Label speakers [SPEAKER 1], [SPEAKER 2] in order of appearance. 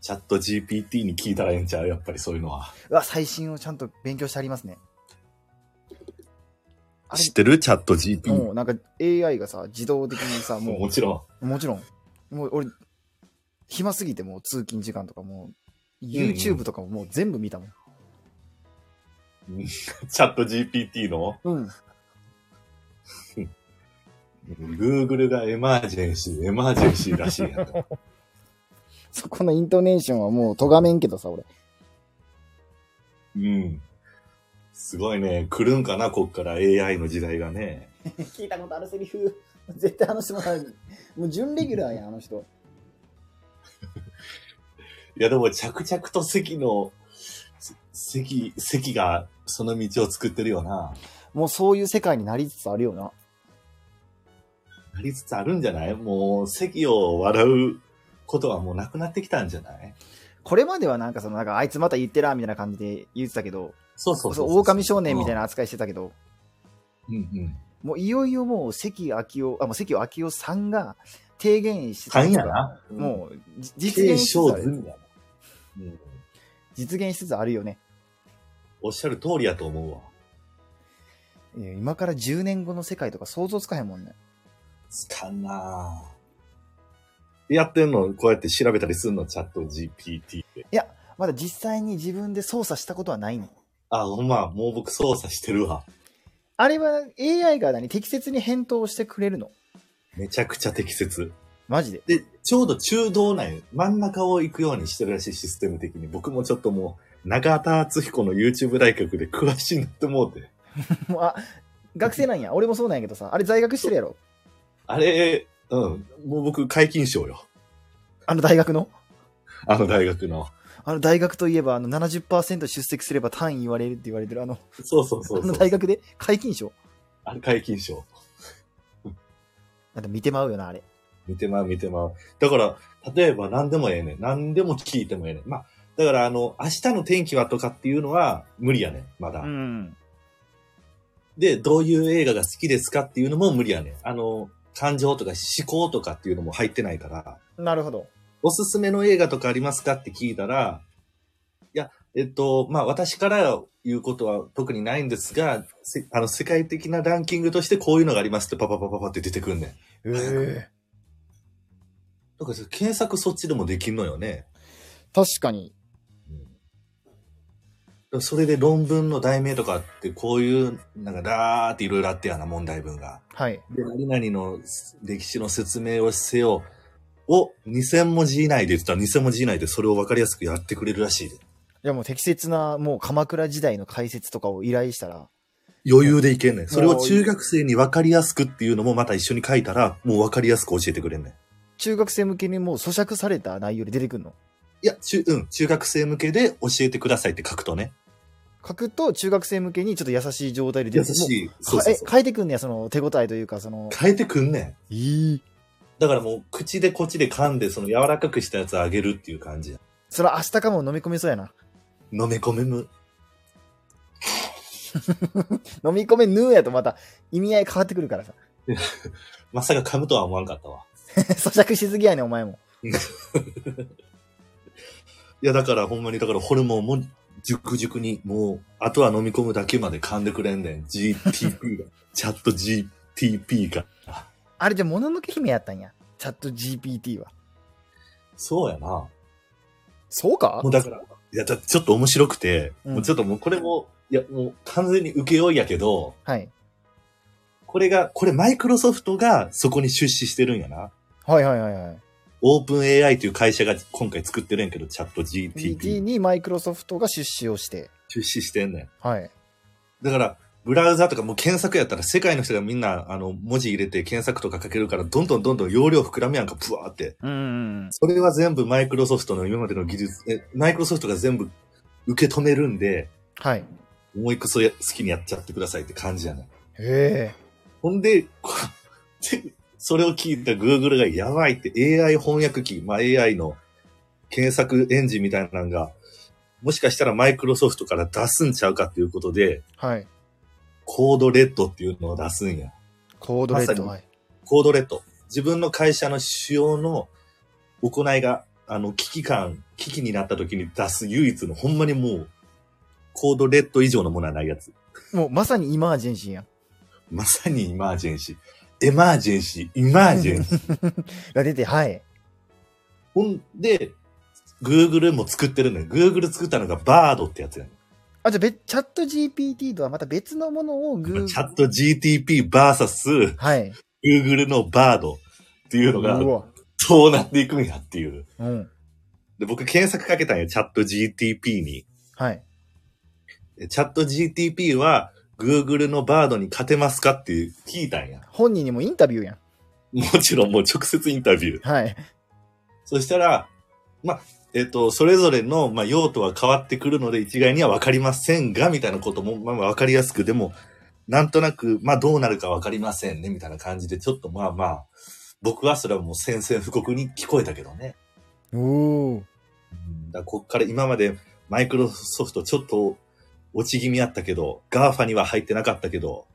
[SPEAKER 1] チャット GPT に聞いたらええんちゃうやっぱりそういうのは。
[SPEAKER 2] うわ、最新をちゃんと勉強してありますね。あれ
[SPEAKER 1] 知ってるチャット GPT。
[SPEAKER 2] もうなんか AI がさ、自動的にさ、
[SPEAKER 1] もう
[SPEAKER 2] も
[SPEAKER 1] もちろ
[SPEAKER 2] う、もちろん、もう俺、暇すぎてもう通勤時間とかもう、YouTube とかももう全部見たもん。
[SPEAKER 1] ん、チャット GPT の
[SPEAKER 2] うん。
[SPEAKER 1] Google がエマージェンシー、エマージェンシーらしいやん。
[SPEAKER 2] そこのイントネーションはもう咎めんけどさ、俺。
[SPEAKER 1] うん。すごいね。来るんかな、こっから AI の時代がね。
[SPEAKER 2] 聞いたことあるセリフ。 絶対話してもらう。もう準レギュラーやん、あの人。
[SPEAKER 1] いや、でも着々と席の、席、席がその道を作ってるよな。
[SPEAKER 2] もうそういう世界になりつつあるよな。
[SPEAKER 1] なりつつあるんじゃないもう席を笑うことはもうなくなってきたんじゃない
[SPEAKER 2] これまではなんかその、なんかあいつまた言ってら、みたいな感じで言ってたけど、
[SPEAKER 1] そうそ
[SPEAKER 2] そうう
[SPEAKER 1] そう
[SPEAKER 2] 狼少年みたい
[SPEAKER 1] な。
[SPEAKER 2] な扱いしてたけど、
[SPEAKER 1] うんうん。
[SPEAKER 2] もういよいよもう関明夫、あ、もう関明夫さんが提言して
[SPEAKER 1] 勘
[SPEAKER 2] こと
[SPEAKER 1] や
[SPEAKER 2] が
[SPEAKER 1] な。
[SPEAKER 2] もう、
[SPEAKER 1] う
[SPEAKER 2] じ
[SPEAKER 1] ん、
[SPEAKER 2] 実
[SPEAKER 1] 継
[SPEAKER 2] 現しつ
[SPEAKER 1] 承
[SPEAKER 2] つある。
[SPEAKER 1] 済やな。うん。
[SPEAKER 2] 実現しつつあるよね。
[SPEAKER 1] おっしゃる通りやと思うわ。
[SPEAKER 2] いや今から10年後の世界とか想像つかへんもんね。
[SPEAKER 1] つかんなぁ。やってんのこうやって調べたりすんのチャット GPT で。
[SPEAKER 2] まだ実際に自分で操作したことはないね。
[SPEAKER 1] あ、ほんま、もう僕操作してるわ。
[SPEAKER 2] あれは AI が何適切に返答してくれるの
[SPEAKER 1] めちゃくちゃ適切。
[SPEAKER 2] マジで。
[SPEAKER 1] で、ちょうど中道内、真ん中を行くようにしてるらしいシステム的に。僕もちょっともう、長田敦彦の YouTube 大学で詳しいなって思うて。
[SPEAKER 2] もうあ、学生なんや。俺もそうなんやけどさ。あれ在学してるやろ
[SPEAKER 1] あれ、うん、もう僕解禁賞よ。
[SPEAKER 2] あの大学の
[SPEAKER 1] あの大学の。
[SPEAKER 2] あの大学といえば、あの70%出席すれば単位言われるって言われてるあの、
[SPEAKER 1] そうそうそう
[SPEAKER 2] あ の
[SPEAKER 1] そう。
[SPEAKER 2] 大学で解禁賞
[SPEAKER 1] あれ解禁賞。
[SPEAKER 2] なんか見てまうよな、あれ。
[SPEAKER 1] 見てまう見てまう。だから、例えば何でもええねん。何でも聞いてもええねん。まあ、だからあの、明日の天気はとかっていうのは無理やねん、まだ。
[SPEAKER 2] ん。
[SPEAKER 1] で、どういう映画が好きですかっていうのも無理やねん。あの、感情とか思考とかっていうのも入ってないから、
[SPEAKER 2] なるほど。
[SPEAKER 1] おすすめの映画とかありますかって聞いたら、いや、えっと、まあ、私から言うことは特にないんですが、せあの、世界的なランキングとしてこういうのがありますってパパパパパって出てくんねん。
[SPEAKER 2] ええ
[SPEAKER 1] だから検索そっちでもできんのよね。
[SPEAKER 2] 確かに。
[SPEAKER 1] それで論文の題名とかってこういう、なんかだーっていろいろあってやな、問題文が。
[SPEAKER 2] はい。
[SPEAKER 1] で、何々の歴史の説明をせよを2000文字以内で言ってたら2000文字以内でそれを分かりやすくやってくれるらしいで。
[SPEAKER 2] いやもう適切な、もう鎌倉時代の解説とかを依頼したら、
[SPEAKER 1] 余裕でいけんねん。それを中学生に分かりやすくっていうのもまた一緒に書いたらもう分かりやすく教えてくれんねん。
[SPEAKER 2] 中学生向けにもう咀嚼された内容で出てくるの
[SPEAKER 1] いや、中、うん、中学生向けで教えてくださいって書くとね。
[SPEAKER 2] 書くと、中学生向けにちょっと優しい状態で出
[SPEAKER 1] 優
[SPEAKER 2] てくる。
[SPEAKER 1] し
[SPEAKER 2] も
[SPEAKER 1] い。
[SPEAKER 2] う
[SPEAKER 1] そうそう
[SPEAKER 2] え
[SPEAKER 1] そう、。
[SPEAKER 2] 変えてくんねや、その手応えというか、その、
[SPEAKER 1] 変えてくんねん。
[SPEAKER 2] いい。
[SPEAKER 1] だからもう口でこっちで噛んでその柔らかくしたやつあげるっていう感じや。
[SPEAKER 2] それ明日かも飲み込みそうやな。
[SPEAKER 1] 飲め込めむ。
[SPEAKER 2] 飲み込めぬーやとまた意味合い変わってくるからさ。
[SPEAKER 1] まさか噛むとは思わんかったわ。
[SPEAKER 2] 咀嚼しすぎやねん、お前も。
[SPEAKER 1] いやだからほんまにだからホルモンも熟熟にもうあとは飲み込むだけまで噛んでくれんねん。GTP が。チャット GTP が。
[SPEAKER 2] あれじゃ、もののけ姫やったんや。チャット GPT は。
[SPEAKER 1] そうやな。も
[SPEAKER 2] そうか
[SPEAKER 1] うだから、いやだちょっと面白くて、
[SPEAKER 2] うん
[SPEAKER 1] もうちょっともうこれも、いやもう完全に受け負いやけど、
[SPEAKER 2] はい。
[SPEAKER 1] これが、これマイクロソフトがそこに出資してるんやな。
[SPEAKER 2] はいはいはいはい。
[SPEAKER 1] オープン AI という会社が今回作ってるんやけど、チャット
[SPEAKER 2] PT
[SPEAKER 1] GTP
[SPEAKER 2] にマイクロソフトが出資をして。
[SPEAKER 1] 出資してんねん。
[SPEAKER 2] はい。
[SPEAKER 1] だから、ブラウザとかもう検索やったら世界の人がみんな、あの、文字入れて検索とか書けるから、どんどんどんどん容量膨らむやんか、ブワーって。
[SPEAKER 2] うん。
[SPEAKER 1] それは全部マイクロソフトの今までの技術、え、マイクロソフトが全部受け止めるんで、
[SPEAKER 2] はい。
[SPEAKER 1] 思いくそや好きにやっちゃってくださいって感じやねん。
[SPEAKER 2] へえ。
[SPEAKER 1] ほんで、 こでそれを聞いた Google がやばいって AI 翻訳機、まあ、AI の検索エンジンみたいなのが、もしかしたらマイクロソフトから出すんちゃうかっていうことで、
[SPEAKER 2] はい。
[SPEAKER 1] コードレッドっていうのを出すんや。
[SPEAKER 2] コードレッド。
[SPEAKER 1] ま
[SPEAKER 2] はい。
[SPEAKER 1] コードレッド。自分の会社の主要の行いが、ああの、危機感、危機になった時に出す唯一の、ほんまにもう、コードレッド以上のものはないやつ。
[SPEAKER 2] もうまさにイマージェンシーやん。
[SPEAKER 1] まさにイマージェンシー。エマージェンシー、イマージェンシー。
[SPEAKER 2] が出て、はい。
[SPEAKER 1] ほんで、Google も作ってるのよ。Google 作ったのがバードってやつやね
[SPEAKER 2] あ、じゃあべ、チャット GPT とはまた別のものをグ
[SPEAKER 1] ん。
[SPEAKER 2] ー
[SPEAKER 1] チャット GTP vs
[SPEAKER 2] はい。
[SPEAKER 1] Google のバードっていうのが、
[SPEAKER 2] うわ。
[SPEAKER 1] そうなっていくんやっていう。
[SPEAKER 2] うん。
[SPEAKER 1] で、僕検索かけたんよ、チャット GTP に。
[SPEAKER 2] はい。
[SPEAKER 1] えチャット GTP は Google のバードに勝てますかっていう聞いたんや。
[SPEAKER 2] 本人にもインタビューやん。
[SPEAKER 1] もちろんもう直接インタビュー。
[SPEAKER 2] はい。
[SPEAKER 1] そしたら、まあ、えっ、と、それぞれの、まあ、用途は変わってくるので一概には分かりませんが、みたいなことも、まあ、まあ分かりやすく、でも、なんとなく、まあ、どうなるか分かりませんね、みたいな感じで、ちょっとまあまあ、僕はそれはもう宣戦布告に聞こえたけどね。
[SPEAKER 2] おお。
[SPEAKER 1] うんだからこっから今までマイクロソフトちょっと落ち気味やったけど、ガーファには入ってなかったけど、